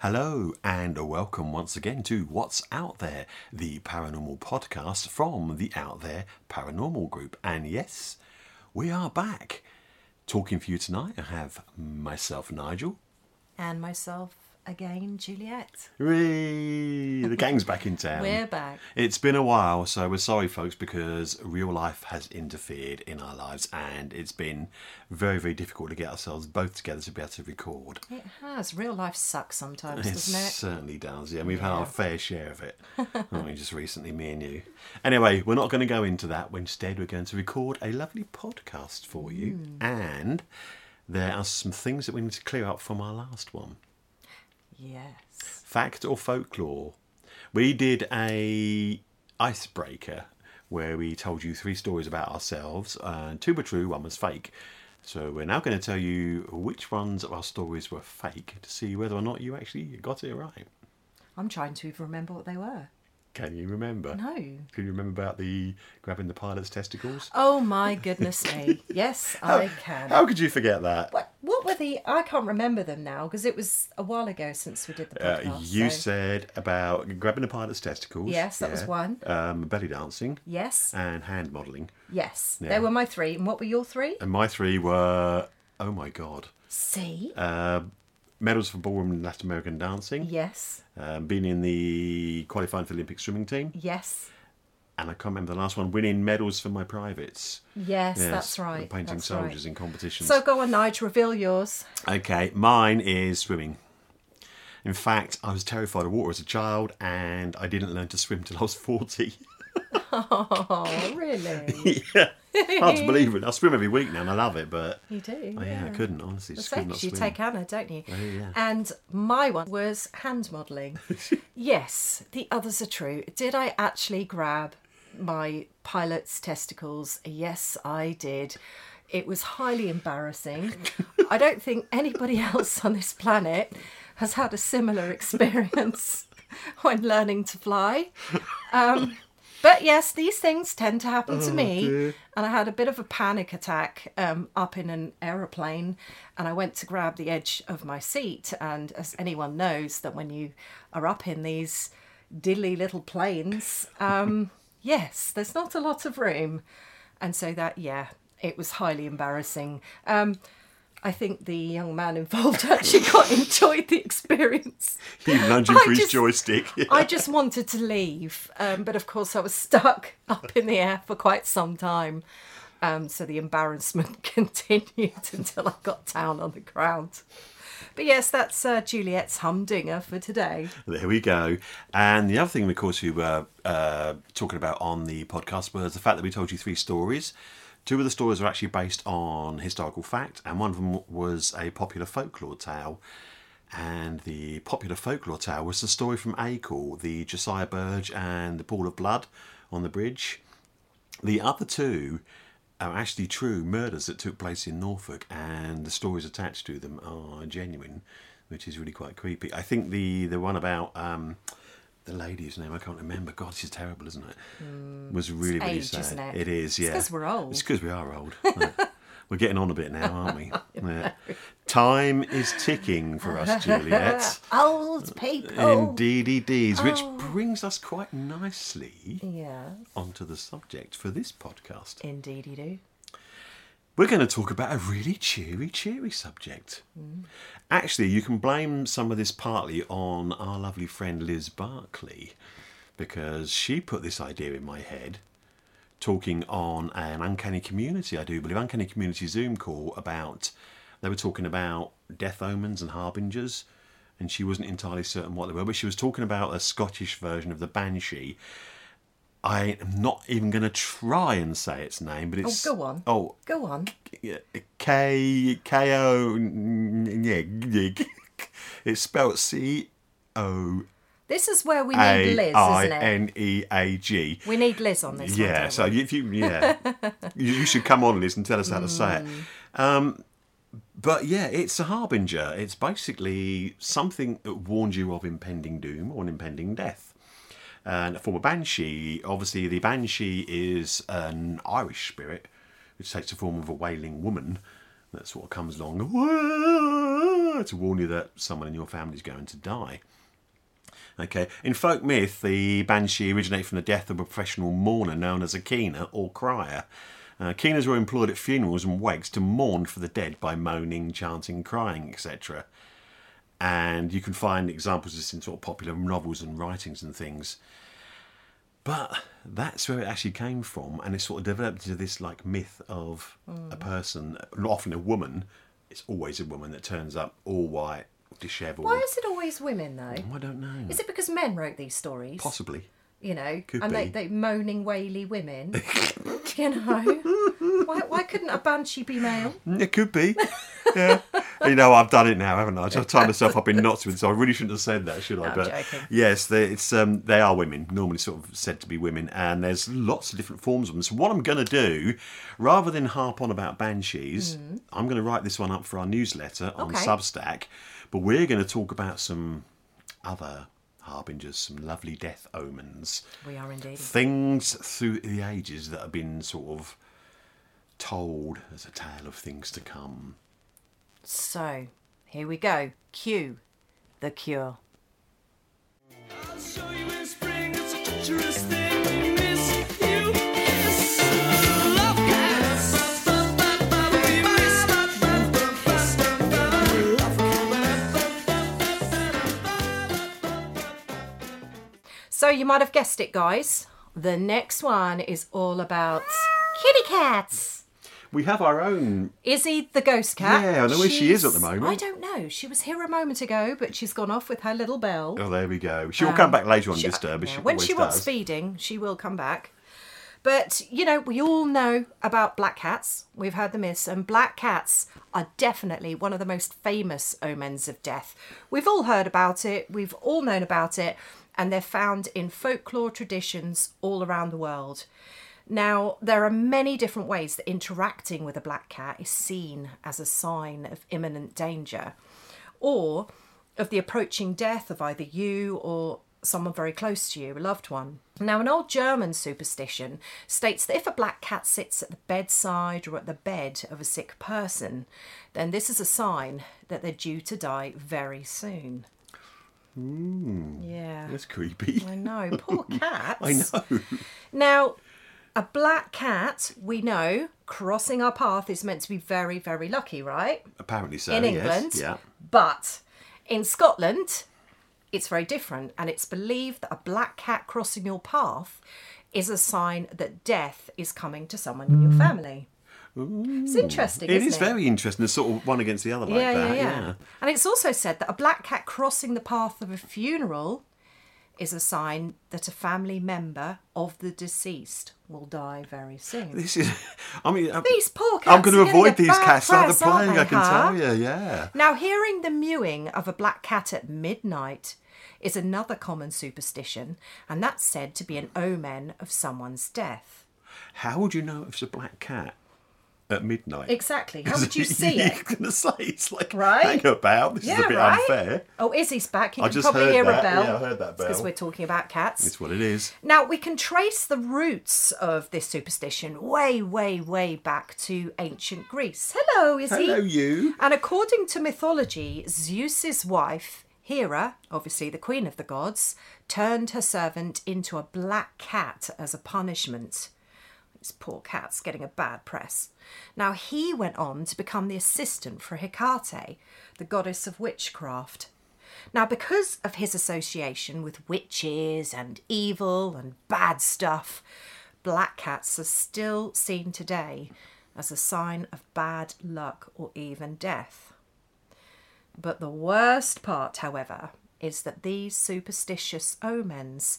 Hello, and welcome once again to What's Out There, the paranormal podcast from the Out There Paranormal Group. And yes, we are back. Talking for you tonight, I have myself, Nigel. And myself again, Juliet. Whee! The gang's back in town. We're back. It's been a while, so we're sorry, folks, because real life has interfered in our lives, and it's been very, very difficult to get ourselves both together to be able to record. It has. Real life sucks sometimes, It doesn't certainly does, yeah. And we've had Yeah. our fair share of it, haven't we, just recently, me and you. Anyway, we're not going to go into that. Instead, we're going to record a lovely podcast for you. And there are some things that we need to clear up from our last one. it? Yes. Fact or folklore? We did a icebreaker where we told you three stories about ourselves. Uh, two were true, one was fake. So we're now going to tell you which ones of our stories were fake to see whether or not you actually got it right. I'm trying to even remember what they were. Can you remember? No. Can you remember about the grabbing the pilot's testicles? Oh my goodness me. Yes, I can. How could you forget that? What, what were the. I can't remember them now because it was a while ago since we did the podcast. Uh, you so- said about grabbing the pilot's testicles. Yes, that was one. Um, belly dancing Yes, and hand modelling. yes. Uh, Yeah. Um, There were my three. And what were your three? And my three were oh my god, See? uh, medals for ballroom and Latin American dancing, yes, um, being in the qualifying for the Olympic swimming team, yes, and I can't remember the last one. Winning medals for my privates. Yes, yes, that's for right. Painting that's right. soldiers in competitions. So go on, Nigel, reveal yours. Okay, mine is swimming. In fact, I was terrified of water as a child and I didn't learn to swim till I was 40. Oh, really? Hard to believe it. I swim every week now and I love it, but you do? oh, yeah, I couldn't, honestly. That's Just could not you swim. take Anna, don't you? yeah. And my one was hand modelling. yes, the others are true. Did I actually grab my pilot's testicles? Yes, I did. It was highly embarrassing. I don't think anybody else on this planet has had a similar experience when learning to fly. But yes, these things tend to happen to me. And I had a bit of a panic attack um, up in an aeroplane, and I went to grab the edge of my seat. And as anyone knows, that when you are up in these diddly little planes, um, yes, there's not a lot of room. And so that, yeah, it was highly embarrassing. Um, I think the young man involved actually quite enjoyed the experience. He lunging I for his just- joystick. I just wanted to leave, um, but of course I was stuck up in the air for quite some time. Um, so the embarrassment continued until I got down on the ground. But yes, that's uh, Juliet's humdinger for today. There we go. And the other thing, of course, we were uh, talking about on the podcast was the fact that we told you three stories. Two of the stories are actually based on historical fact, and one of them was a popular folklore tale. And the popular folklore tale was the story from Acol, the Josiah Burge and the Pool of Blood on the bridge. The other two are actually true murders that took place in Norfolk, and the stories attached to them are genuine, which is really quite creepy. I think the the one about um, the lady's name I can't remember. God, she's terrible, isn't it? was really really Mm, age, sad. isn't it? It is, yeah. 'cause we're old. It's because we are old. Yeah. We're getting on a bit now, aren't we? Yeah. Time is ticking for us, Juliet. Old people. In DDDs, which Oh. brings us quite nicely Yes, onto the subject for this podcast. indeed you do. We're going to talk about a really cheery, cheery subject. Actually, you can blame some of this partly on our lovely friend Liz Barkley because she put this idea in my head talking on an Uncanny Community, I do believe, Uncanny Community Zoom call about, they were talking about death omens and harbingers, and she wasn't entirely certain what they were, but she was talking about a Scottish version of the Banshee. I am not even going to try and say its name, but it's. go on. Oh, Go on. yeah, K K O yeah, yeah. It's spelled C O This is where we need A Liz, I isn't it? N E A G. We need Liz on this one, Yeah, don't so we? if you yeah, you, you should come on, Liz, and tell us how to say it. Um, but yeah, it's a harbinger. It's basically something that warns you of impending doom or an impending death. And a former banshee, obviously, the banshee is an Irish spirit, which takes the form of a wailing woman that sort of comes along to warn you that someone in your family is going to die. Okay. In folk myth, the banshee originated from the death of a professional mourner known as a keener or crier. Uh, keeners were employed at funerals and wakes to mourn for the dead by moaning, chanting, crying, etc. And you can find examples of this in sort of popular novels and writings and things. But that's where it actually came from, and it sort of developed into this like myth of a person, often a woman. It's always a woman that turns up all white, dishevelled. Why is it always women though? I don't know. Is it because men wrote these stories? Possibly. you know, Could and They, be. they moaning waily women. you know, why, why couldn't a banshee be male? It could be. Yeah. you know, I've done it now, haven't I? I've tied myself up in knots with, so I really shouldn't have said that, should I? No, I'm joking. yes, they, it's um, they are women, normally sort of said to be women, and there's lots of different forms of them. So what I'm going to do, rather than harp on about banshees, I'm going to write this one up for our newsletter on Mm-hmm. Okay. Substack, but we're going to talk about some other harbingers, some lovely death omens We are indeed. things through the ages that have been sort of told as a tale of things to come. So here we go. Q, the cure. I'll show you in spring, it's a treacherous thing. Miss you, kiss. Love cats. We miss. Love So you might have guessed it, guys. The next one is all about kitty cats. We have our own. Izzy the ghost cat. Yeah, I know where she is at the She's- moment. I don't know. She was here a moment ago, but she's gone off with her little bell. Oh, there we go. She will come back later on, Disturb. as Yeah, She when always Um, she wants does. feeding, she will come back. But you know, we all know about black cats. We've heard the myths, and black cats are definitely one of the most famous omens of death. We've all heard about it. We've all known about it, and they're found in folklore traditions all around the world. Now, there are many different ways that interacting with a black cat is seen as a sign of imminent danger or of the approaching death of either you or someone very close to you, a loved one. Now, an old German superstition states that if a black cat sits at the bedside or at the bed of a sick person, then this is a sign that they're due to die very soon. Yeah. That's creepy. I know, poor cats. Hmm. I know. Now, a black cat, we know, crossing our path is meant to be very, very lucky, right? Apparently so. in yes. England. Yeah. But in Scotland, it's very different, and it's believed that a black cat crossing your path is a sign that death is coming to someone in your family. It's interesting. Mm. It isn't is it? very interesting. It's sort of one against the other like yeah, that. yeah, yeah, And it's also said that a black cat crossing the path of a funeral is a sign that a family member of the deceased will die very soon. This is. I mean, I'm, These poor cats. I'm going are to getting avoid a these bad cats like the press, aren't plague. they, I can huh? tell you. Yeah. Now, hearing the mewing of a black cat at midnight is another common superstition, and that's said to be an omen of someone's death. How would you know if it's a black cat at midnight? Exactly. How would you see I it? was going to say it's like Right? hang about. This is a bit unfair. Oh, Izzy's back. You I can just probably heard hear a that. bell. Yeah, I heard that Because bell. we're talking about cats. It's what it is. Now, we can trace the roots of this superstition way, way, way back to ancient Greece. Hello, Izzy. Hello, you. And according to mythology, Zeus's wife, Hera, obviously the queen of the gods, turned her servant into a black cat as a punishment. These poor cat's getting a bad press. Now, he went on to become the assistant for Hecate, the goddess of witchcraft. Now, because of his association with witches and evil and bad stuff, black cats are still seen today as a sign of bad luck or even death. But the worst part, however, is that these superstitious omens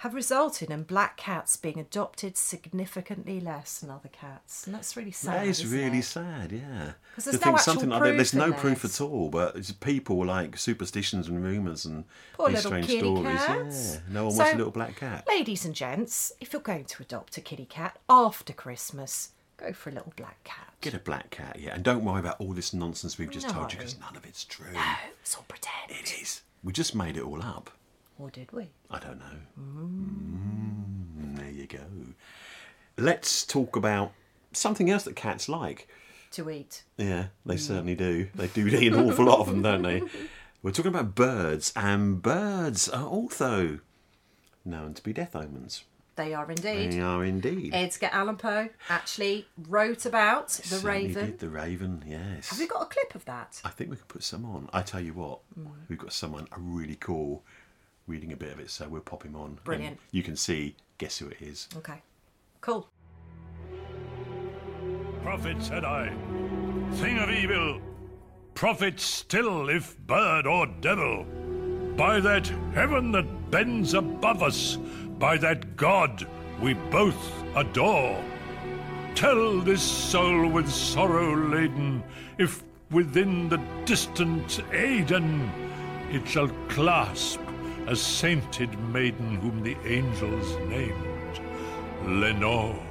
have resulted in black cats being adopted significantly less than other cats. And that's really sad. That is isn't really it? sad, yeah. 'Cause To there's no think actual something like that, proof there's no unless- proof at all, but it's people like superstitions and rumours and Poor these little strange kitty stories. cats. Yeah, no one So- wants a little black cat. Ladies and gents, if you're going to adopt a kitty cat after Christmas, go for a little black cat. Get a black cat, yeah, and don't worry about all this nonsense we've just told you No. because none of it's true. Oh, it's all pretend. It is. We just made it all up. Or did we? I don't know. Mm, there you go. Let's talk about something else that cats like. to eat. Yeah, they certainly do. They do eat an awful lot of them, don't they? We're talking about birds, and birds are also known to be death omens. They are indeed. They are indeed. Edgar Allan Poe actually wrote about the Certainly raven. did. The raven, yes. Have we got a clip of that? I think we could put some on. I tell you what, Mm. we've got someone really cool reading a bit of it, so we'll pop him on. and Brilliant. You can see, guess who it is. Okay, cool. Prophet, said I, thing of evil, prophet still, if bird or devil, by that heaven that bends above us, by that God we both adore. Tell this soul with sorrow laden, if within the distant Aden it shall clasp a sainted maiden whom the angels named Lenore.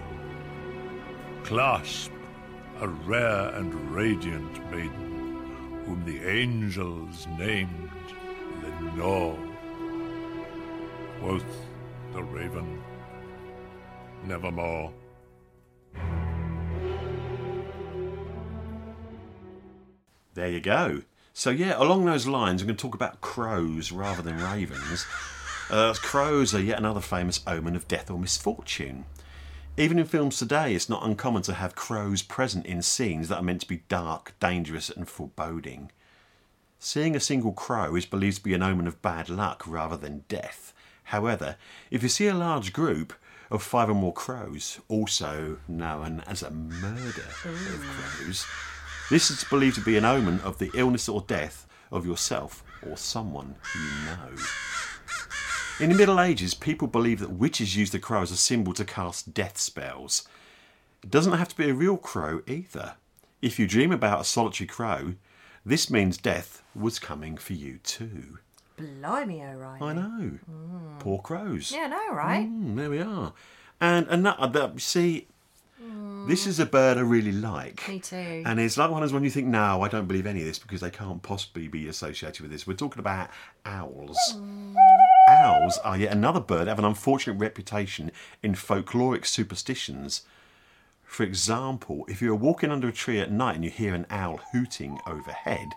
Clasp a rare and radiant maiden whom the angels named Lenore. Quoth the raven, nevermore. There you go. So yeah, along those lines, I'm going to talk about crows rather than ravens. Uh, crows are yet another famous omen of death or misfortune. Even in films today, it's not uncommon to have crows present in scenes that are meant to be dark, dangerous, and foreboding. Seeing a single crow is believed to be an omen of bad luck rather than death. However, if you see a large group of five or more crows, also known as a murder of crows, this is believed to be an omen of the illness or death of yourself or someone you know. In the Middle Ages, people believed that witches used the crow as a symbol to cast death spells. It doesn't have to be a real crow either. If you dream about a solitary crow, this means death was coming for you too. Blimey, O'Reilly. I know. Poor crows. Hmm. Yeah, I know, right? Mm, there we are. And another, see, this is a bird I really like. Me too. And it's like one of those when you think, no, I don't believe any of this because they can't possibly be associated with this. We're talking about owls. Owls are yet another bird that have an unfortunate reputation in folkloric superstitions. For example, if you're walking under a tree at night and you hear an owl hooting overhead,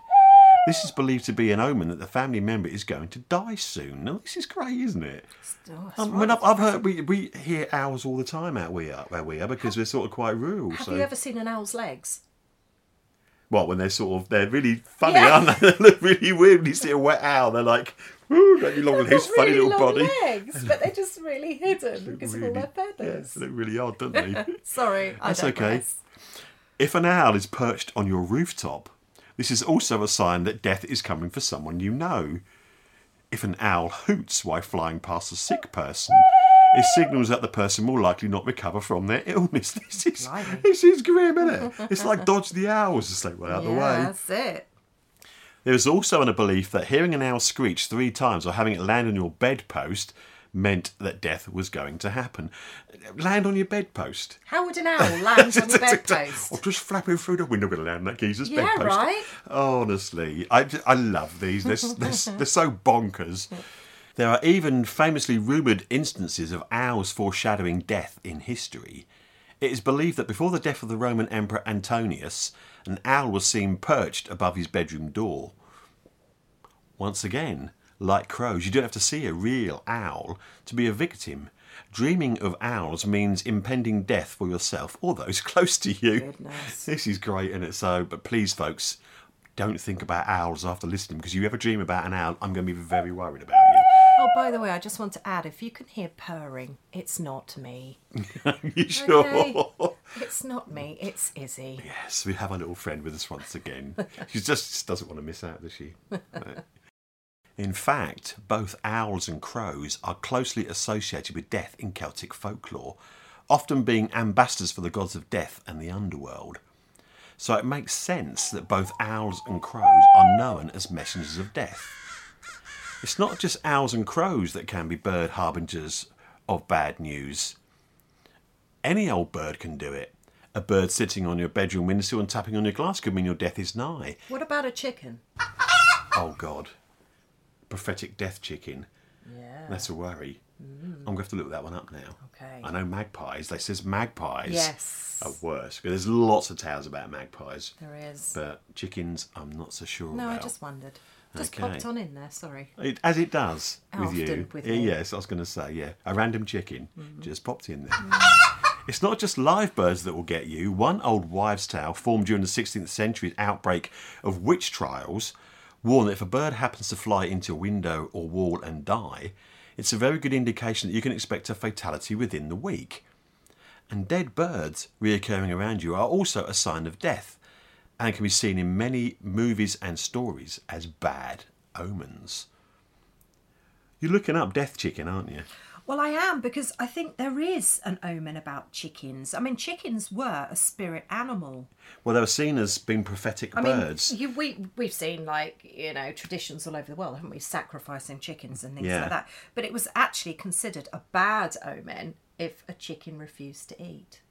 this is believed to be an omen that the family member is going to die soon. Now, this is great, isn't it? Oh, that's Um, right. when I've, I've heard we, we hear owls all the time out we are where we are because we're sort of quite rural. Have so you ever seen an owl's legs? well, when they're sort of they're really funny, Yeah. aren't they? they look really weird when you see a wet owl. They're like, woo, that long They've his got funny really little long body. legs, but they're just really hidden because of all Really- their yes, feathers. they look really odd, don't they? Sorry, I That's okay. digress. if an owl is perched on your rooftop, this is also a sign that death is coming for someone you know. If an owl hoots while flying past a sick person, it signals that the person will likely not recover from their illness. This is Blimey. this is grim, isn't it? It's like dodge the owls, just like well out of yeah, the way. that's it. There is also a belief that hearing an owl screech three times or having it land on your bedpost meant that death was going to happen. Land on your bedpost. How would an owl land on the bedpost? Or just flapping through the window with a land on that geezer's Yeah, bedpost. right. Honestly, I, I love these. They're, s- they're, s- they're so bonkers. There are even famously rumoured instances of owls foreshadowing death in history. It is believed that before the death of the Roman Emperor Antonius, an owl was seen perched above his bedroom door. Once again, like crows, you don't have to see a real owl to be a victim. Dreaming of owls means impending death for yourself or those close to you. Goodness. This is great, isn't it? So, but please, folks, don't think about owls after listening because you ever dream about an owl, I'm going to be very worried about you. Oh, by the way, I just want to add if you can hear purring, it's not me. you sure? Okay. It's not me, it's Izzy. Yes, we have our little friend with us once again. she just, just doesn't want to miss out, does she? Right. In fact, both owls and crows are closely associated with death in Celtic folklore, often being ambassadors for the gods of death and the underworld. So it makes sense that both owls and crows are known as messengers of death. It's not just owls and crows that can be bird harbingers of bad news. Any old bird can do it. A bird sitting on your bedroom windowsill and tapping on your glass could mean your death is nigh. What about a chicken? Oh God. Prophetic death chicken. Yeah. That's a worry. I'm going to have to look that one up now. Mm. Okay. I know magpies. They says magpies Yes. are worse. But there's lots of tales about magpies. There is. But chickens, I'm not so sure no, about. I just wondered. Just Okay. popped on in there, sorry. It, as it does How with often you. with Yeah, me? Mm-hmm. Yes, I was going to say, yeah. A random chicken just popped in there. It's not just live birds that will get you. One old wives' tale formed during the 16th century outbreak of witch trials warned that if a bird happens to fly into a window or wall and die, it's a very good indication that you can expect a fatality within the week. And dead birds reoccurring around you are also a sign of death and can be seen in many movies and stories as bad omens. You're looking up death chicken, aren't you? Well, I am because I think there is an omen about chickens. I mean, chickens were a spirit animal. Well, they were seen as being prophetic I mean, birds. you, we, We've seen, like, you know, traditions all over the world, haven't we? Sacrificing chickens and things Yeah. like that. But it was actually considered a bad omen if a chicken refused to eat.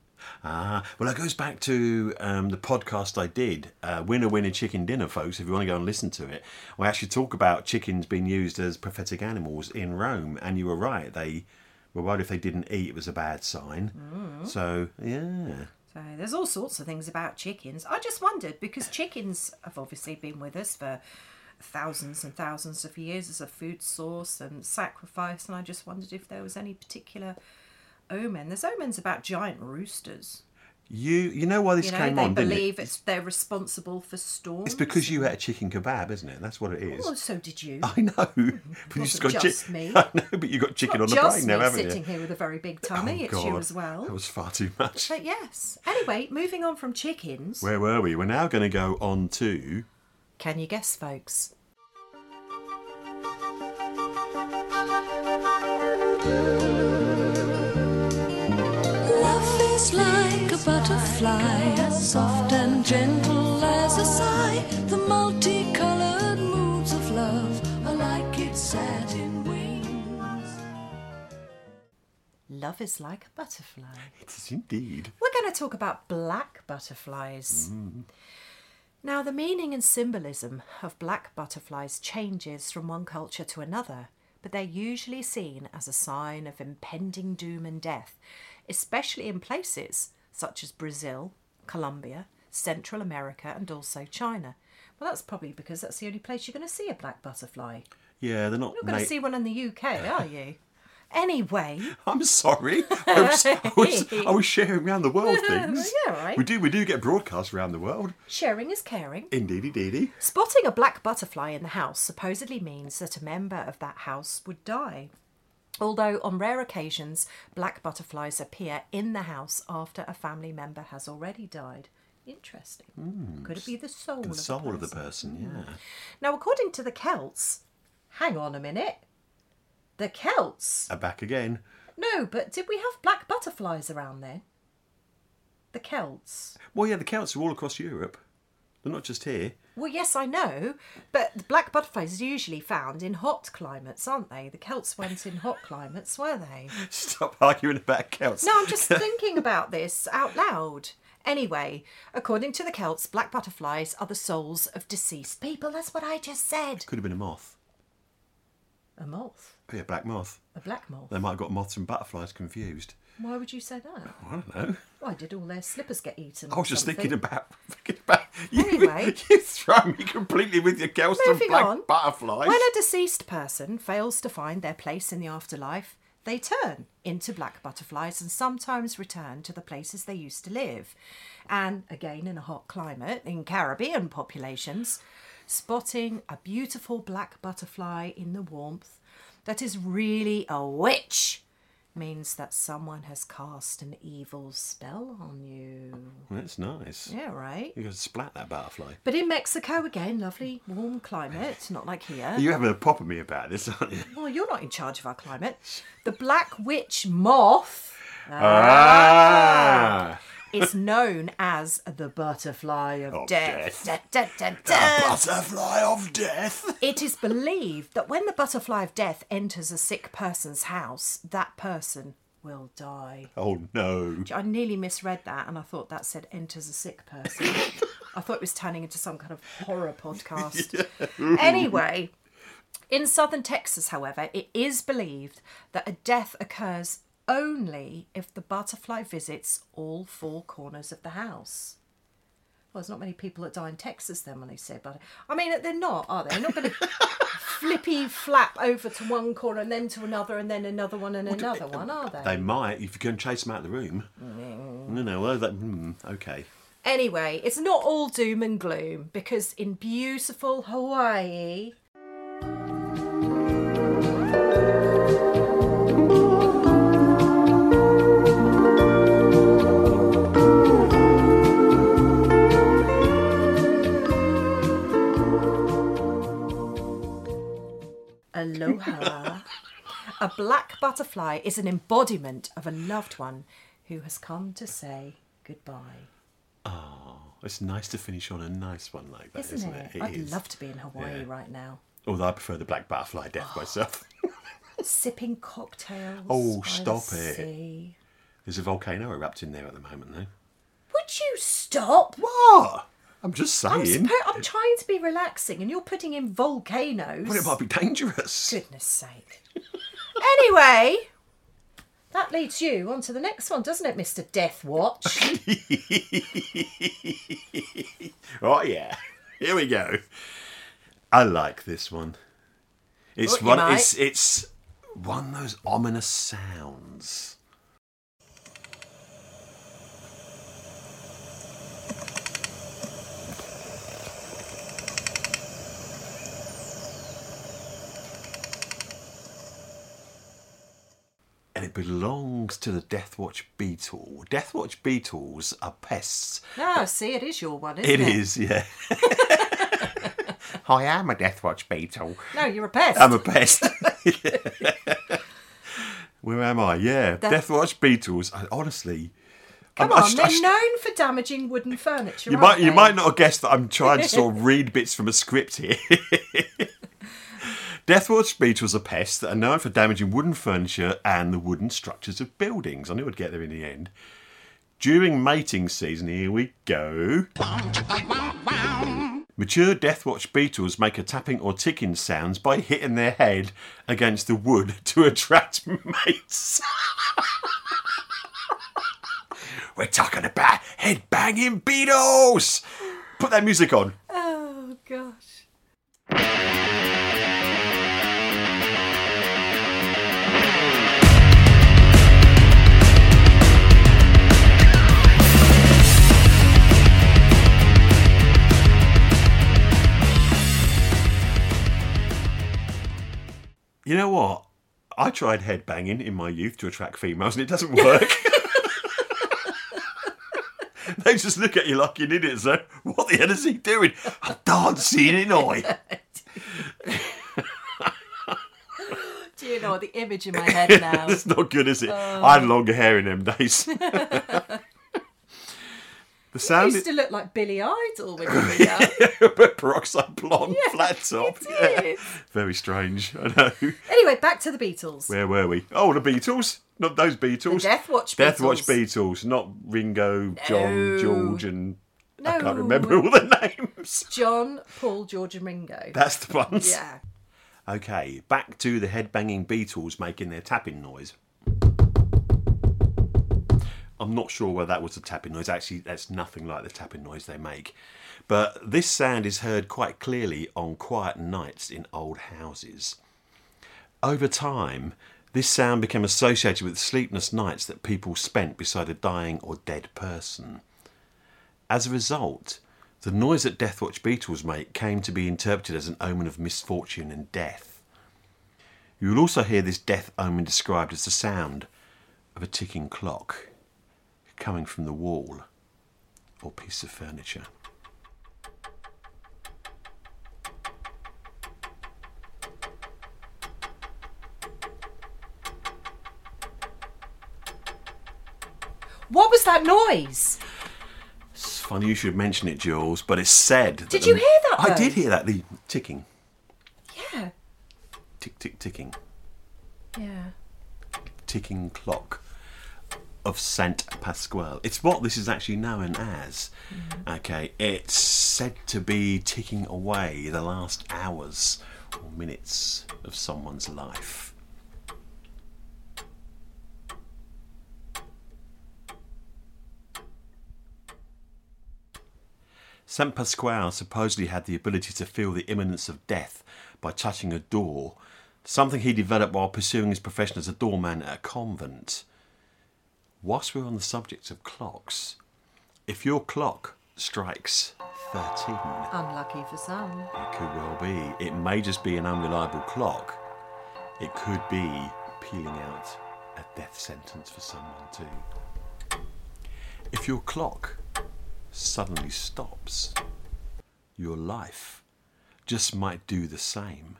Ah, well, that goes back to um, the podcast I did, uh, Winner Winner Chicken Dinner, folks, if you want to go and listen to it. We actually talk about chickens being used as prophetic animals in Rome, and you were right. They were worried if they didn't eat, it was a bad sign. Mm. So, yeah. So there's all sorts of things about chickens. I just wondered because chickens have obviously been with us for thousands and thousands of years as a food source and sacrifice, and I just wondered if there was any particular omen. There's omens about giant roosters. You you know why this You know, came they on, didn't it? believe it's they're responsible for storms. It's because you Ah, ate a chicken kebab, isn't it? That's what it is. Oh, so did you. I know. But you just wasn't got just chick- me. I know, but you got chicken Not on the just brain now, me haven't sitting you? here with a very big tummy. Oh, it's you God, as well. That was far too much. But yes. Anyway, moving on from chickens. Where were we? We're now going to go on to. can you guess, folks? Love is like a butterfly, as soft and gentle as a sigh. The multicolored moods of love are like its satin wings. Love is like a butterfly. It is indeed. We're going to talk about black butterflies. Now, the meaning and symbolism of black butterflies changes from one culture to another, but they're usually seen as a sign of impending doom and death, especially in places such as Brazil, Colombia, Central America, and also China. Well, that's probably because that's the only place you're going to see a black butterfly. Yeah, they're not. You're not going made- to see one in the UK, are you? Anyway, I'm sorry. I was, I was, I was sharing around the world things. yeah, all right. We do we do get broadcasts around the world. sharing is caring. Indeedy deedy. Spotting a black butterfly in the house supposedly means that a member of that house would die. Although on rare occasions, black butterflies appear in the house after a family member has already died. Interesting. Could it be the Mm. soul? Hmm. The of soul a of the person, yeah. Now, according to the Celts, hang on a minute. The Celts? Uh, back again. No, but did we have black butterflies around then? The Celts. Well, yeah, the Celts are all across Europe. They're not just here. Well, yes, I know, but the black butterflies are usually found in hot climates, aren't they? The Celts weren't in hot climates, were they? Stop arguing about Celts. No, I'm just thinking about this out loud. Anyway, according to the Celts, black butterflies are the souls of deceased people. That's what I just said. Could have been a moth. A moth, Oh, yeah, black moth. a black moth. They might have got moths and butterflies confused. Why would you say that? I don't know. Why did all their slippers get eaten? I or was just something? thinking about thinking about you. Anyway. you throw me completely with your Celts and Moving black on. butterflies. When a deceased person fails to find their place in the afterlife, they turn into black butterflies and sometimes return to the places they used to live. And again, in a hot climate, in Caribbean populations, spotting a beautiful black butterfly in the warmth that is really a witch means that someone has cast an evil spell on you. That's nice. Yeah, right? You got to splat that butterfly. But in Mexico, again, lovely warm climate, not like here. You're having a pop at me about this, aren't you? Well, you're not in charge of our climate. The black witch moth Ah! is known as the butterfly of Of Ah, death. Da, da, da, The da. butterfly of death. It is believed that when the butterfly of death enters a sick person's house, that person will die. Oh no! I nearly misread that and I thought that said enters a sick person. I thought it was turning into some kind of horror podcast. Anyway, In southern Texas, however, it is believed that a death occurs only if the butterfly visits all four corners of the house. Well, there's not many people that die in Texas then when they say butter. I mean, they're not, are they? They're not going to flippy flap over to one corner and then to another and then another one and another one, are They might if you can chase them out of the room. Mm. No, no, well, that, hmm, okay. Anyway, it's not all doom and gloom because in beautiful Hawaii. Aloha. a black butterfly is an embodiment of a loved one who has come to say goodbye. Ah, It's nice to finish on a nice one like that, Isn't, isn't, it? it I'd is. love to be in Hawaii Yeah. right now. Although I prefer the black butterfly death myself. Sipping cocktails. Oh, by the stop it. sea. There's a volcano erupting there at the moment, though. Would you stop? What? I'm just I'm, saying. suppo- I'm trying to be relaxing and you're putting in volcanoes. Well, it might be dangerous. Goodness sake. anyway, that leads you on to the next one, doesn't it, Mr. Death Watch? Oh yeah. Here we go. I like this one. It's Oh, you one might. it's it's one of those ominous sounds. And it belongs to the Deathwatch beetle. Deathwatch beetles are pests ah, see, it is your one, isn't it it? is, yeah. I am a Deathwatch beetle. No, you're a pest. I'm a pest. Where am I? Yeah, Deathwatch beetles. I, honestly, Come I'm- I on, sh- they're I sh- known for damaging wooden furniture. You aren't might, you they? might not have guessed that I'm trying to sort of read bits from a script here. Deathwatch beetles are pests that are known for damaging wooden furniture and the wooden structures of buildings. I knew I'd get there in the end. During mating season, here we go. Mature Deathwatch beetles make a tapping or ticking sounds by hitting their head against the wood to attract mates. We're talking about head banging beetles. Put that music on. Oh, gosh. You know what? I tried head banging in my youth to attract females, and it doesn't work. they just look at you like an idiot. So what the hell is he doing? I'm dancing, ain't I? Do you know what the image in my head now? That's not good, is it? I had longer hair in them days. the I sound used to look like Billy Idol when you were young. peroxide blonde flat top. did. Very strange. I know. Anyway, back to the Beatles. Where were we? Oh, the Beatles. Not those Beatles. The Death Watch Death Watch Beatles. Beatles, not Ringo, John, No. George, and I No. can't remember all the names. John, Paul, George, and Ringo. That's the ones. yeah. Okay, back to the headbanging Beatles making their tapping noise. I'm not sure whether that was a tapping noise. Actually, that's nothing like the tapping noise they make. But this sound is heard quite clearly on quiet nights in old houses. Over time, this sound became associated with sleepless nights that people spent beside a dying or dead person. As a result, the noise that Deathwatch Beatles make came to be interpreted as an omen of misfortune and death. You will also hear this death omen described as the sound of a ticking clock coming from the wall or piece of furniture. What was that noise? It's funny you should mention it, Jules, but it's said. that Did the- you hear that, I though? did hear that. The ticking, Yeah. tick, tick, ticking, Yeah. ticking clock of Saint Pasquale. It's what this is actually known as. Okay, it's said to be ticking away the last hours or minutes of someone's life. Saint Pasquale supposedly had the ability to feel the imminence of death by touching a door, something he developed while pursuing his profession as a doorman at a convent. Whilst we're on the subject of clocks, if your clock strikes 13, Unlucky for some. it could well be. It may just be an unreliable clock. It could be peeling out a death sentence for someone, too. If your clock suddenly stops, your life just might do the same.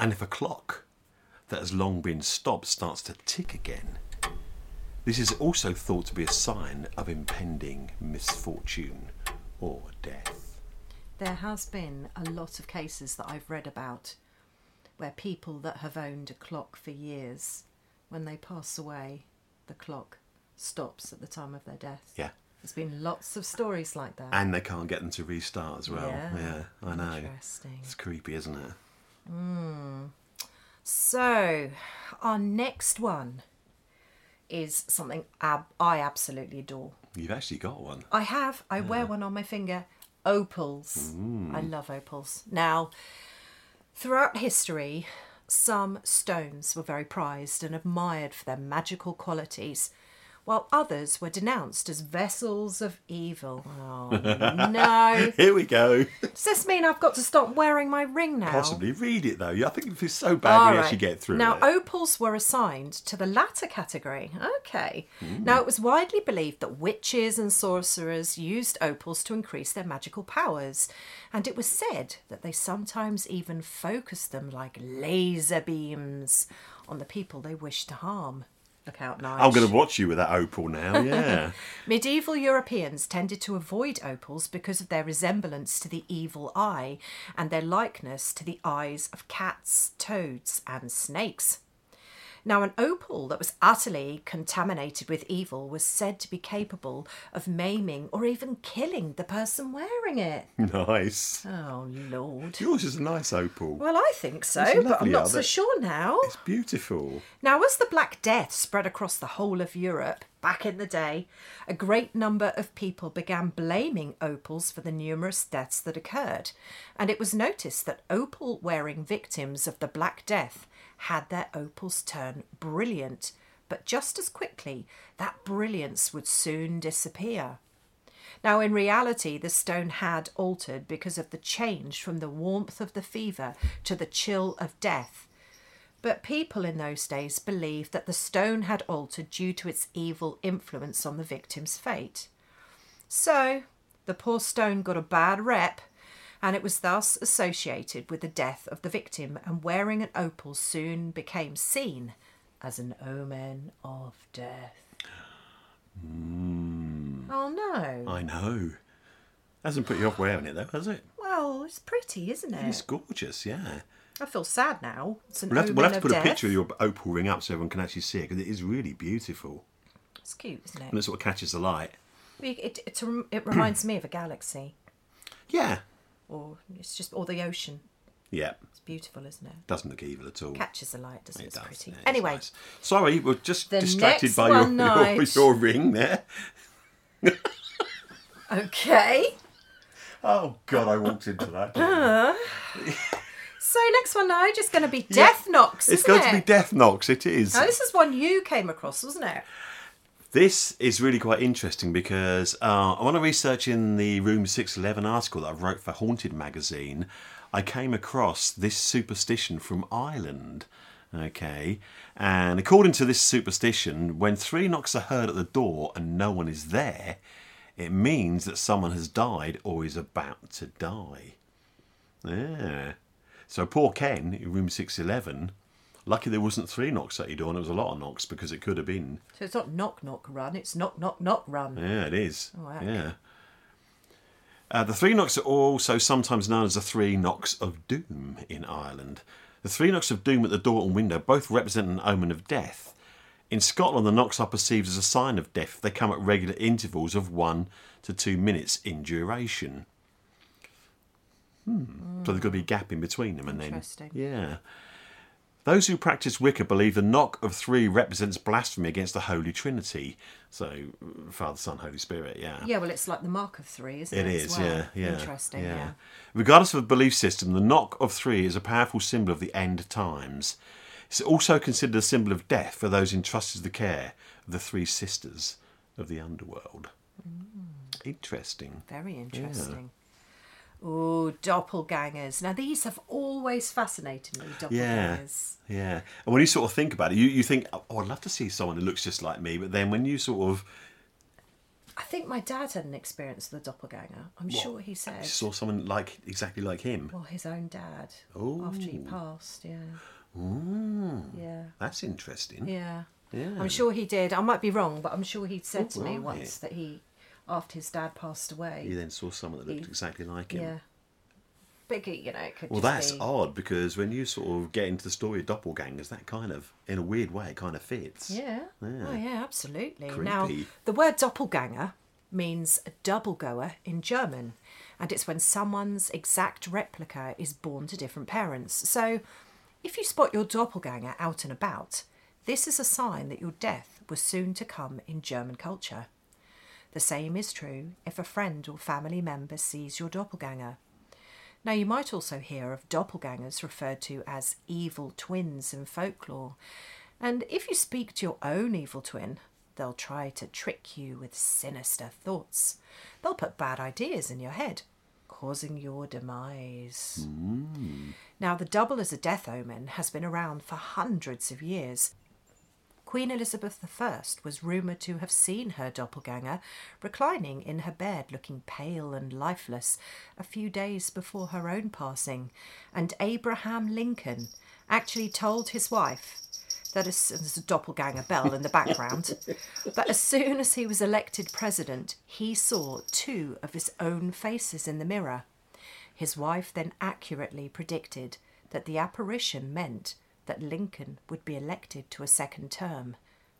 And if a clock that has long been stopped starts to tick again, this is also thought to be a sign of impending misfortune or death. There has been a lot of cases that I've read about where people that have owned a clock for years, when they pass away, the clock stops at the time of their death. Yeah. There's been lots of stories like that. And they can't get them to restart as well. Yeah, Yeah. I know. Interesting. It's creepy, isn't it? So, our next one is something ab- I absolutely adore. You've actually got one. I have. I wear one on my finger. Opals. I love opals. Now, throughout history, some stones were very prized and admired for their magical qualities, while others were denounced as vessels of evil. Oh, no. Here we go. Does this mean I've got to stop wearing my ring now? Possibly read it though. I think if it's so bad, we All actually right. get through now, oh, it. opals were assigned to the latter category. Okay. Now, it was widely believed that witches and sorcerers used opals to increase their magical powers, and it was said that they sometimes even focused them like laser beams on the people they wished to harm. Look out, Nige. I'm going to watch you with that opal now. Yeah. Medieval Europeans tended to avoid opals because of their resemblance to the evil eye and their likeness to the eyes of cats, toads, and snakes. Now, an opal that was utterly contaminated with evil was said to be capable of maiming or even killing the person wearing it. nice. Oh, Lord. Yours is a nice opal. Well, I think It's a so, but lovely I'm not other. so sure now. it's beautiful. Now, as the Black Death spread across the whole of Europe back in the day, a great number of people began blaming opals for the numerous deaths that occurred, and it was noticed that opal wearing victims of the Black Death had their opals turn brilliant, but just as quickly, that brilliance would soon disappear. Now, in reality, the stone had altered because of the change from the warmth of the fever to the chill of death. But people in those days believed that the stone had altered due to its evil influence on the victim's fate. So, the poor stone got a bad rep, and it was thus associated with the death of the victim, and wearing an opal soon became seen as an omen of death. Hmm. Oh no. I know. Hasn't put you off wearing it though, has it? Well, it's pretty, isn't it? It's gorgeous. Yeah. I feel sad now. It's an We'll have to, omen we'll have to of put a death. picture of your opal ring up so everyone can actually see it because it is really beautiful It's cute, isn't it? and it sort of catches the light. It, it, it's a rem- it reminds me of a galaxy, Yeah. or it's just or the ocean. Yeah. It's beautiful, isn't it? Doesn't look evil at all. Catches the light, doesn't it? It It's does, pretty. yeah, it's anyway, nice. sorry, we're just The distracted next by your, one, your, Nige. your ring there. okay. Oh God, I walked into that. So next one now, just going to be Death Knocks, it's isn't going it? Oh, to be Death Knocks. It is. Now this is one you came across, wasn't it? This is really quite interesting because uh, I want to research in the Room Six Eleven article that I wrote for Haunted magazine. I came across this superstition from Ireland. Okay, and according to this superstition, when three knocks are heard at the door and no one is there, it means that someone has died or is about to die. Yeah. So poor Ken in room 611, lucky there wasn't three knocks at your door and it was a lot of knocks because it could have been. So it's not knock knock run. It's knock knock knock run. Yeah, it is. Whack. Yeah. Uh, the three knocks are also sometimes known as the three knocks of doom in Ireland. The three knocks of doom at the door and window both represent an omen of death. In Scotland, the knocks are perceived as a sign of death. They come at regular intervals of one to two minutes in duration. Hmm. So there's got to be a gap in between them, and then Interesting. yeah. Those who practice Wicca believe the knock of three represents blasphemy against the Holy Trinity. So Father, Son, Holy Spirit. Yeah, well, it's like the mark of three, isn't it? It as is, well? yeah, yeah. Interesting, yeah. Regardless of the belief system, the knock of three is a powerful symbol of the end times. It's also considered a symbol of death for those entrusted to the care of the three sisters of the underworld. Mm. Interesting. Very interesting. Oh, doppelgangers. Now, these have always fascinated me, Yeah. doppelgangers. Yeah. And when you sort of think about it, you, you think, oh, I'd love to see someone who looks just like me. But then when you sort of I think my dad had an experience with a doppelganger. I'm sure he said. saw someone like exactly like him, Well, his own dad. After he Ooh. passed, yeah. Yeah. that's interesting. Yeah. Yeah. I'm sure he did. I might be wrong, but I'm sure he'd said to me right. once that he, after his dad passed away. You then saw someone that looked exactly like him. Yeah. Big, you know, it could Well, just that's be. odd because when you sort of get into the story of doppelgangers, that kind of, in a weird way, it kind of fits. Yeah. Yeah. Oh, yeah, absolutely. Now, Creepy. the word doppelganger means a double goer in German, and it's when someone's exact replica is born to different parents. So, if you spot your doppelganger out and about, this is a sign that your death was soon to come in German culture. The same is true if a friend or family member sees your doppelganger. Now, you might also hear of doppelgangers referred to as evil twins in folklore. And if you speak to your own evil twin, they'll try to trick you with sinister thoughts. They'll put bad ideas in your head, causing your demise. Now, the double as a death omen has been around for hundreds of years, Queen Elizabeth I was rumoured to have seen her doppelganger reclining in her bed looking pale and lifeless a few days before her own passing, and Abraham Lincoln actually told his wife that as, there's a doppelganger bell in the background, but as soon as he was elected president, he saw two of his own faces in the mirror. His wife then accurately predicted that the apparition meant that Lincoln would be elected to a second term,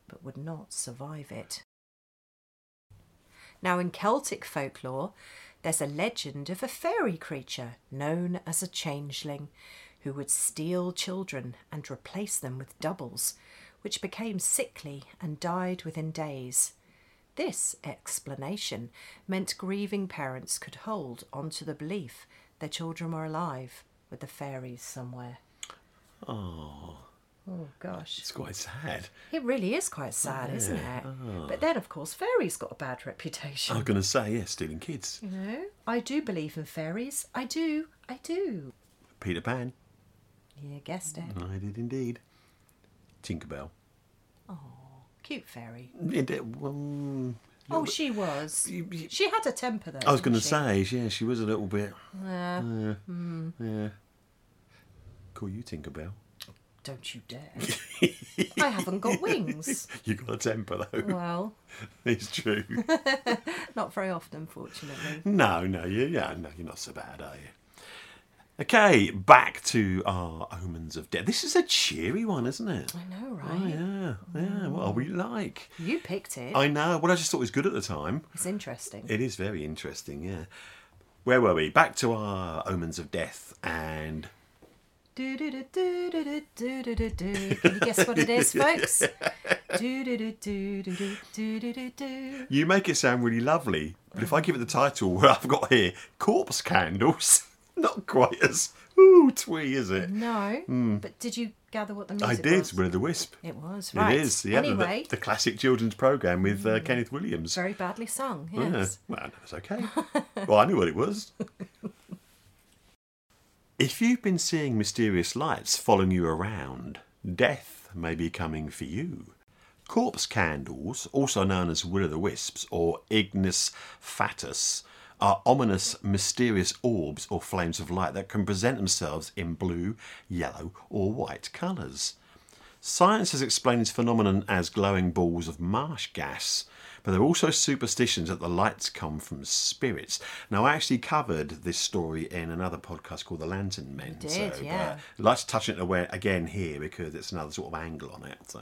but would not survive it. Now, in Celtic folklore, there's a legend of a fairy creature known as a changeling who would steal children and replace them with doubles, which became sickly and died within days. This explanation meant grieving parents could hold onto the belief their children were alive with the fairies somewhere. Oh, Oh gosh. it's quite sad. It really is quite sad, isn't it? Oh. But then of course fairies got a bad reputation. I was going to say, yeah, stealing kids. You know? I do believe in fairies. I do. I do. Peter Pan. You guessed it. I did indeed. Tinkerbell. Cute fairy. Indeed, well, Oh, she was. you- you- She had a temper though. I was going to didn't she? say, yeah, she was a little bit. Yeah. Yeah. Hmm. yeah. Call you Tinkerbell. don't you dare. I haven't got wings. you got a temper, though. Well, It's true. not very often, fortunately. No, no, you, yeah, no, you're not so bad, are you? Okay, back to our omens of death. This is a cheery one, isn't it? I know, right? Oh, yeah, yeah. What are we like? You picked it. I know. Well, I just thought it was good at the time. It's interesting. It is very interesting, yeah. Where were we? Back to our omens of death, and Do do do do do do do do do do. Can you guess what it is, folks? Do do do do do do do do do do. you make it sound really lovely. But if I give it the title, what I've got here, corpse candles. Not quite as ooh twee, is it? No, but did you gather what the Hmm. I music did. was? Will o' the Wisp. It was right. It is, yeah. the- Anyway, Mm. the, the classic children's program with uh, Kenneth Williams. very badly sung. Yeah. Yes. Well, that was okay. well, I knew what it was. if you've been seeing mysterious lights following you around, death may be coming for you. Corpse candles, also known as Will o' the Wisps or Ignis Fatus, are ominous, mysterious orbs or flames of light that can present themselves in blue, yellow, or white colours. Science has explained this phenomenon as glowing balls of marsh gas, but there are also superstitions that the lights come from spirits. Now, I actually covered this story in another podcast called The Lantern Men. did, so, yeah. I'd like to touch on it away again here because it's another sort of angle on it. So.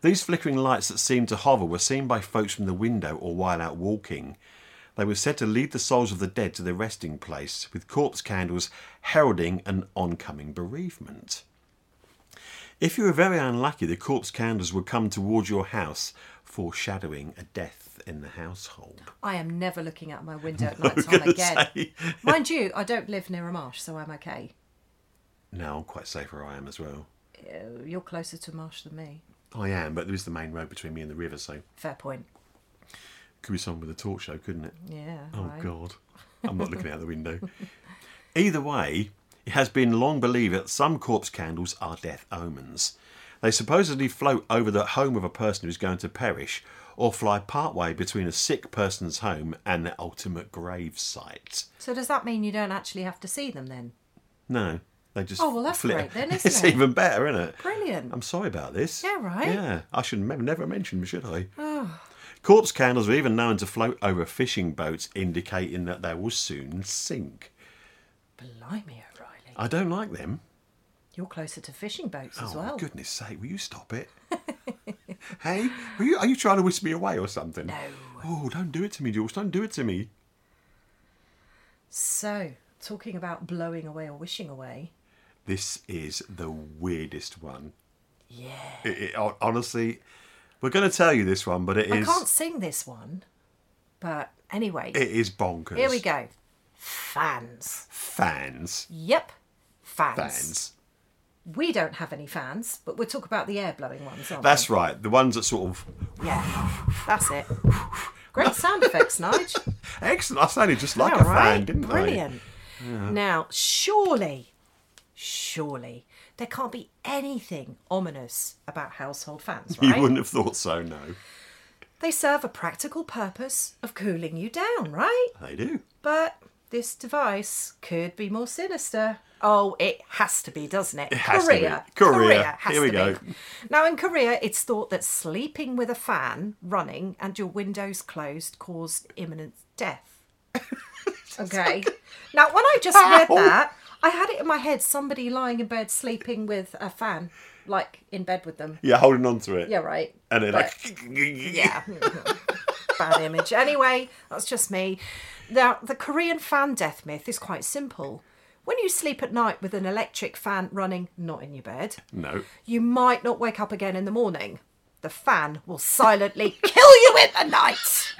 These flickering lights that seemed to hover were seen by folks from the window or while out walking. They were said to lead the souls of the dead to their resting place, with corpse candles heralding an oncoming bereavement. If you were very unlucky, the corpse candles would come towards your house, foreshadowing a death in the household. I am never looking out my window at night time again. say. Mind you, I don't live near a marsh, so I'm okay. No, I'm quite safe where I am as well. Uh, You're closer to marsh than me. I am, but there is the main road between me and the river, so Fair point. could be someone with a torch show, couldn't it? Yeah. Oh right. God, I'm not looking out the window. Either way, it has been long believed that some corpse candles are death omens. They supposedly float over the home of a person who's going to perish, or fly partway between a sick person's home and their ultimate grave site. So does that mean you don't actually have to see them then? No, they just Oh, well, that's flit. great then, isn't it's it? even better, isn't it? Brilliant. I'm sorry about this. Yeah, right. Oh. Yeah, I should never, never mention them, should I? Corpse candles are even known to float over fishing boats, indicating that they will soon sink. Blimey, O'Reilly. I don't like them. You're closer to fishing boats as oh, well. for goodness sake, will you stop it? hey, are you, are you trying to whisk me away or something? No. Oh, don't do it to me, Jules. Don't do it to me. So, talking about blowing away or wishing away. This is the weirdest one. Yeah. It, it- hon- honestly, we're going to tell you this one, but it I is- can't sing this one, but anyway, it is bonkers. here we go. Fans. Fans. Yep. Fans. Fans. We don't have any fans, but we'll talk about the air blowing ones, aren't That's right. The ones that sort of we? Yeah. That's it. Great sound effects, Nige. excellent. I sounded just like All a right, fan, didn't Brilliant. Now, surely, surely, there can't be anything ominous about household fans, I? You right? wouldn't have thought so. No, They serve a practical purpose of cooling you down, right? they do. But this device could be more sinister. Oh, it has to be, doesn't it? It has to be. Korea. Korea. has Here we to go. Be. Now, in Korea, it's thought that sleeping with a fan running and your windows closed caused imminent death. Okay. Now, when I just read Ow. that, I had it in my head somebody lying in bed sleeping with a fan, like in bed with them. Yeah, holding on to it. Yeah, right. And then But- like, yeah. Bad image. Anyway, that's just me. Now, the Korean fan death myth is quite simple. When you sleep at night with an electric fan running, not in your bed, no. you might not wake up again in the morning. The fan will silently kill you in the night.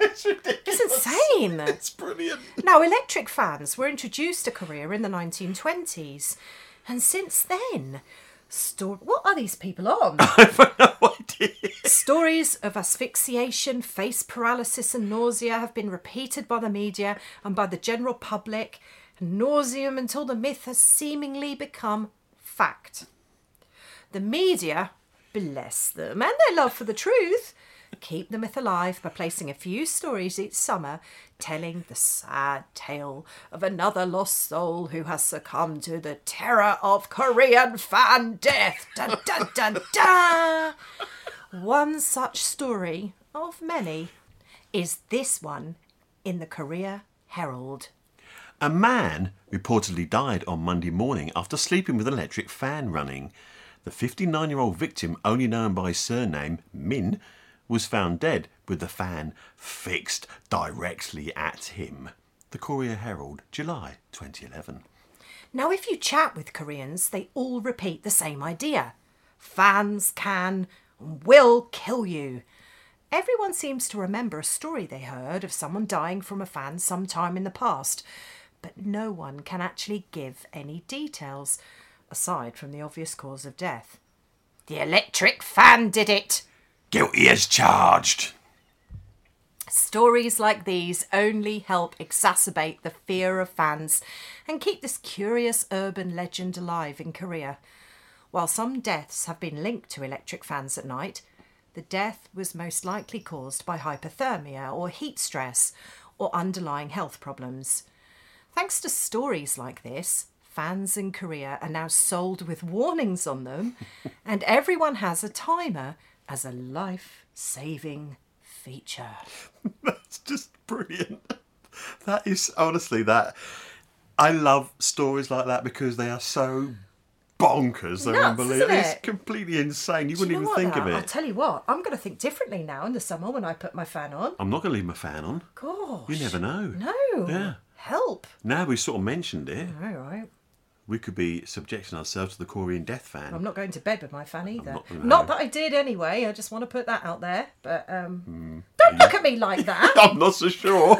It's ridiculous. It's insane. It's brilliant. Now, electric fans were introduced to Korea in the 1920s, and since then, sto- what are these people on? Stories of asphyxiation, face paralysis, and nausea have been repeated by the media and by the general public, and nauseum until the myth has seemingly become fact. The media, bless them, and their love for the truth, keep the myth alive by placing a few stories each summer telling the sad tale of another lost soul who has succumbed to the terror of Korean fan death. Dun, dun, dun, dun. One such story of many is this one in the Korea Herald. A man reportedly died on Monday morning after sleeping with electric fan running. The 59 year old victim, only known by his surname Min, was found dead with the fan fixed directly at him. The Courier Herald, July 2011. Now, if you chat with Koreans, they all repeat the same idea fans can, will kill you. Everyone seems to remember a story they heard of someone dying from a fan sometime in the past, but no one can actually give any details, aside from the obvious cause of death. The electric fan did it! Guilty as charged! Stories like these only help exacerbate the fear of fans and keep this curious urban legend alive in Korea. While some deaths have been linked to electric fans at night, the death was most likely caused by hypothermia or heat stress or underlying health problems. Thanks to stories like this, fans in Korea are now sold with warnings on them, and everyone has a timer as a life saving feature. That's just brilliant. That is honestly that. I love stories like that because they are so bonkers. They're Nuts, unbelievable. isn't It's it? completely insane. You Do you wouldn't know even what, think of now? I'll it. tell you what, I'm going to think differently now in the summer when I put my fan on. I'm not going to leave my fan on. Gosh. You never know. No. Yeah. Help. Now we've sort of mentioned it, All right. we could be subjecting ourselves to the Korean death fan. I'm not going to bed with my fan either. not- Not, no. that I did anyway. I just want to put that out there. But um, Hmm. don't look at me like that. I'm not so sure.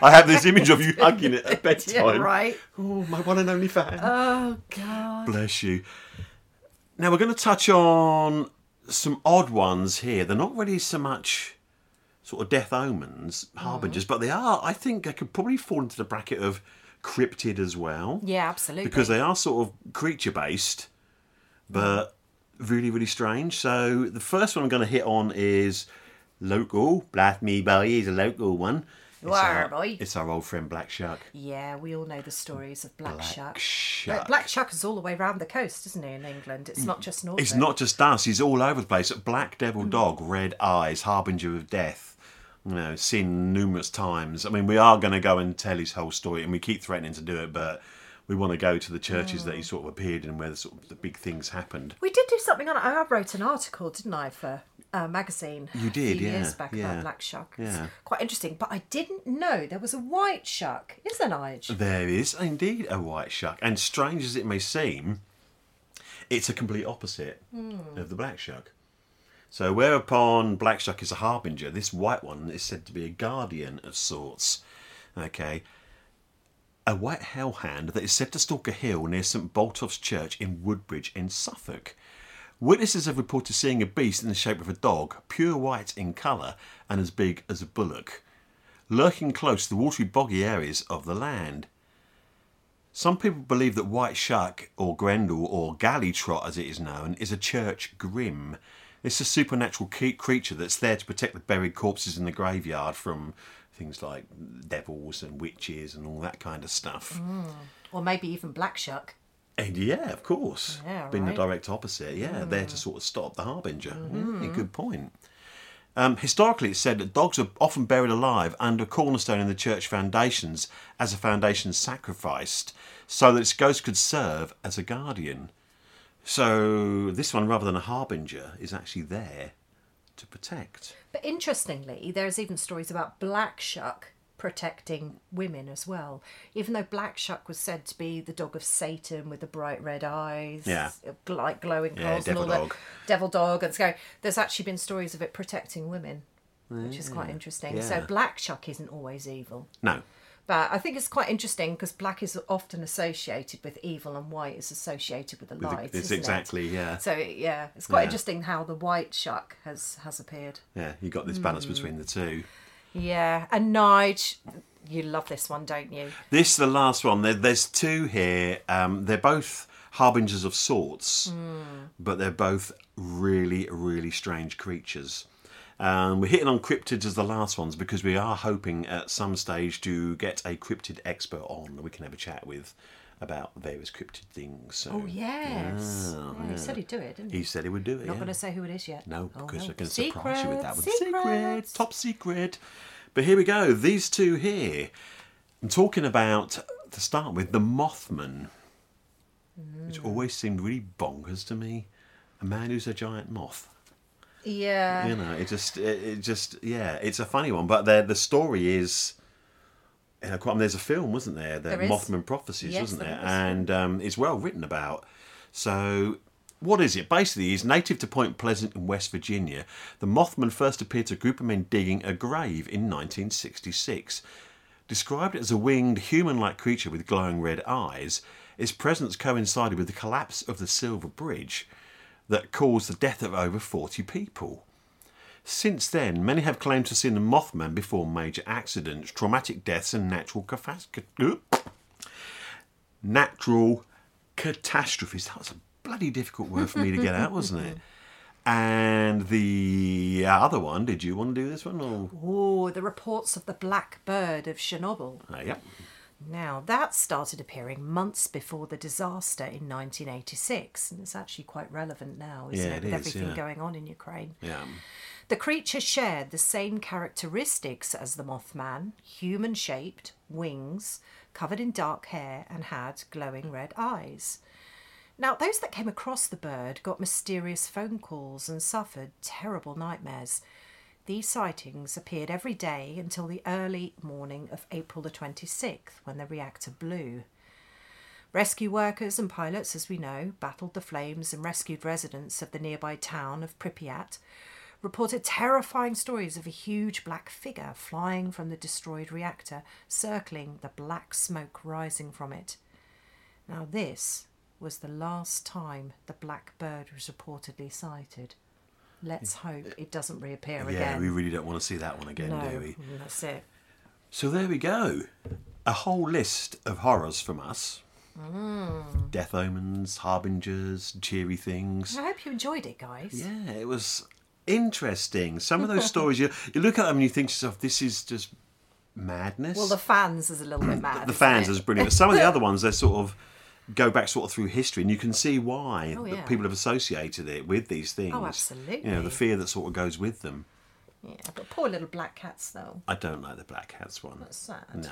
I have this image of you hugging it at yeah, bedtime. right. Oh, my one and only fan. Oh God. Bless you. Now we're going to touch on some odd ones here. They're not really so much sort of death omens, Mm. harbingers, but they are. I think they could probably fall into the bracket of cryptid as well Yeah, absolutely. because they are sort of creature based, but really, really strange. So the first one I'm going to hit on is local. Black me boy is a local one. It's are, our, boy. It's our old friend Black Shark. yeah, we all know the stories of Black, Shark. Shark. But Black Shark is all the way round the coast, isn't he? In England, it's not just north. Hmm. It's not just us. He's all over the place. Black devil Mm. dog, red eyes, harbinger of death. You know, seen numerous times. I mean, we are going to go and tell his whole story, and we keep threatening to do it, but we want to go to the churches Mm. that he sort of appeared in, where the, sort of the big things happened. We did do something on it. I wrote an article, didn't I, for a magazine? You a did, few yeah, Years back yeah, about black shark. It's yeah. quite interesting. But I didn't know there was a white shark, is there, Nige? There is indeed a white shark, and strange as it may seem, it's a complete opposite of the black shark. So, whereupon black shark is a harbinger, this white one is said to be a guardian of sorts. Okay. A white hellhound that is said to stalk a hill near St. Boltoff's Church in Woodbridge in Suffolk. Witnesses have reported seeing a beast in the shape of a dog, pure white in colour and as big as a bullock lurking close to the watery boggy areas of the land. Some people believe that White Shark, or Grendel, or Galley Trot as it is known, is a church grim. It's a supernatural ke- creature that's there to protect the buried corpses in the graveyard from things like devils and witches and all that kind of stuff. Or maybe even black shark. And yeah, of course. Yeah, Being right. Mm. the direct opposite, yeah, there to sort of stop the harbinger. Mm-hmm. Yeah, good point. Um, historically, it's said that dogs are often buried alive under a cornerstone in the church foundations as a foundation sacrificed, so that its ghost could serve as a guardian. So, this one, rather than a harbinger, is actually there to protect. But interestingly, there's even stories about black shark protecting women as well. Even though black shark was said to be the dog of Satan with the bright red eyes, Yeah. gl- like glowing Yeah, claws devil and all dog. that, devil dog, and so there's actually been stories of it protecting women, which is quite interesting. So yeah. black shark isn't always evil. No, But I think it's quite interesting because black is often associated with evil and white is associated with the the- light. it's isn't it? exactly, yeah. So yeah, it's quite Yeah. interesting how the white shark has has appeared. yeah, you got this balance Hmm. between the two. Yeah, and Nige, you love this one, don't you? This the last one. There, there's two here. Um, they're both harbingers of sorts, Hmm. but they're both really, really strange creatures. Um, we're hitting on cryptids as the last ones because we are hoping at some stage to get a cryptid expert on that we can have a chat with about various cryptid things. So Oh yes, yeah, he said he'd do it, didn't he? he said he would do it. Not yeah. going to say who it is yet. No, Oh, because no. I can surprise you with that one. Secrets, secrets. Secret, top secret. But here we go. These two here. I'm talking about to start with the Mothman, Mm. which always seemed really bonkers to me. A man who's a giant moth. Yeah, You know, it just, it, it just, yeah, it's a funny one. But the the story is. uh, quite- I mean, there's a film, wasn't there? The There is. Mothman Prophecies, Yes, wasn't there there? was. And um, it's well written about. So, what is it? Basically, he's native to Point Pleasant in West Virginia. The Mothman first appeared to a group of men digging a grave in 1966. Described as a winged, human like creature with glowing red eyes, its presence coincided with the collapse of the Silver Bridge that caused the death of over 40 people. Since then, many have claimed to have seen the Mothman before major accidents, traumatic deaths, and natural catastrophes. Natural catastrophes. That was a bloody difficult word for me to get out, wasn't it? And the other one, did you want to do this one? Or? oh, the reports of the black bird of Chernobyl. Ah, yep. Now, that started appearing months before the disaster in 1986, and it's actually quite relevant now, isn't Yeah, it it, with is, everything yeah. going on in Ukraine? Yeah. The creature shared the same characteristics as the Mothman human shaped, wings, covered in dark hair, and had glowing red eyes. Now, those that came across the bird got mysterious phone calls and suffered terrible nightmares. These sightings appeared every day until the early morning of April the 26th when the reactor blew. Rescue workers and pilots, as we know, battled the flames and rescued residents of the nearby town of Pripyat, reported terrifying stories of a huge black figure flying from the destroyed reactor, circling the black smoke rising from it. Now, this was the last time the black bird was reportedly sighted. Let's hope it doesn't reappear Yeah, again. we really don't want to see that one again, no, mm, do we? that's it. So there we go. A whole list of horrors from us. Mm. Death omens, harbingers, cheery things. I hope you enjoyed it, guys. Yeah, it was interesting. Some of those stories, you, you look at them and you think to yourself, this is just madness. Well, the fans is a little bit mad. the isn't fans it? is brilliant. Some of the other ones, they sort of go back sort of through history, and you can see why Oh, that yeah. Oh, people have associated it with these things. You know, absolutely. the fear that sort of goes with them. Yeah, but poor little black cats, though. I don't like the Black Cats one. That's sad. Mm. No.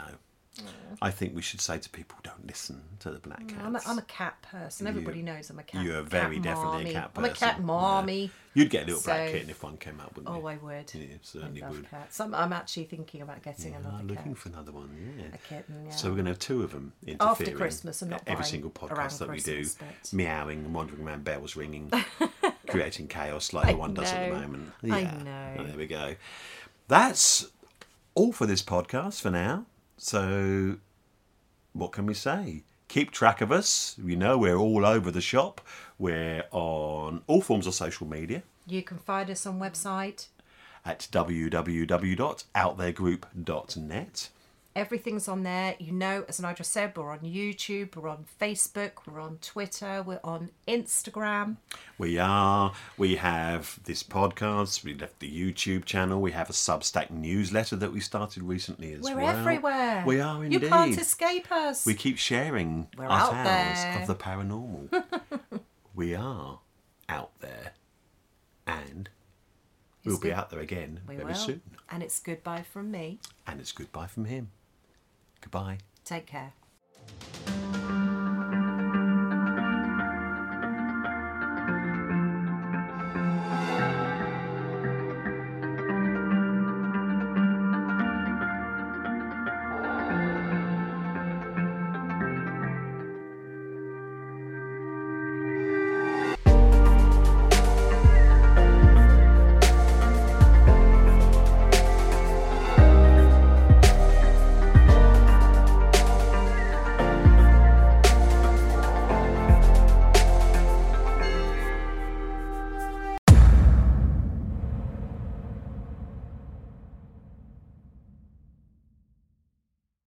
I think we should say to people, don't listen to the Black Cats. I'm a, I'm a cat person. Everybody knows I'm a cat. You're very cat definitely mommy. a cat I'm person. a cat Yeah. mommy. You'd get a little black So- kitten if one came up, wouldn't Oh, you? I would. Yeah, you certainly I love would. Cats. I'm, I'm actually thinking about getting Yeah, another looking cat. for another one, yeah. A kitten, yeah. So we're going to have two of them interfering. After Christmas, I'm not at every buying single around podcast that we do, Christmas, but- meowing and wandering around, bells ringing, creating chaos like the one does at the know. moment. Yeah. I know. Well, there we go. That's all for this podcast for now. So, what can we say? Keep track of us. You know we're all over the shop. We're on all forms of social media You can find us on website. at www.outthergroup.net. Everything's on there. You know, as Nigel said, we're on YouTube, we're on Facebook, we're on Twitter, we're on Instagram. We are. We have this podcast. We left the YouTube channel. We have a Substack newsletter that we started recently as We're well. everywhere. We are indeed. You can't escape us. we keep sharing We're our out tales there. of the paranormal. we are out there, and we'll be good. out there again We very will. soon. And it's goodbye from me. And it's goodbye from him. Goodbye. Take care.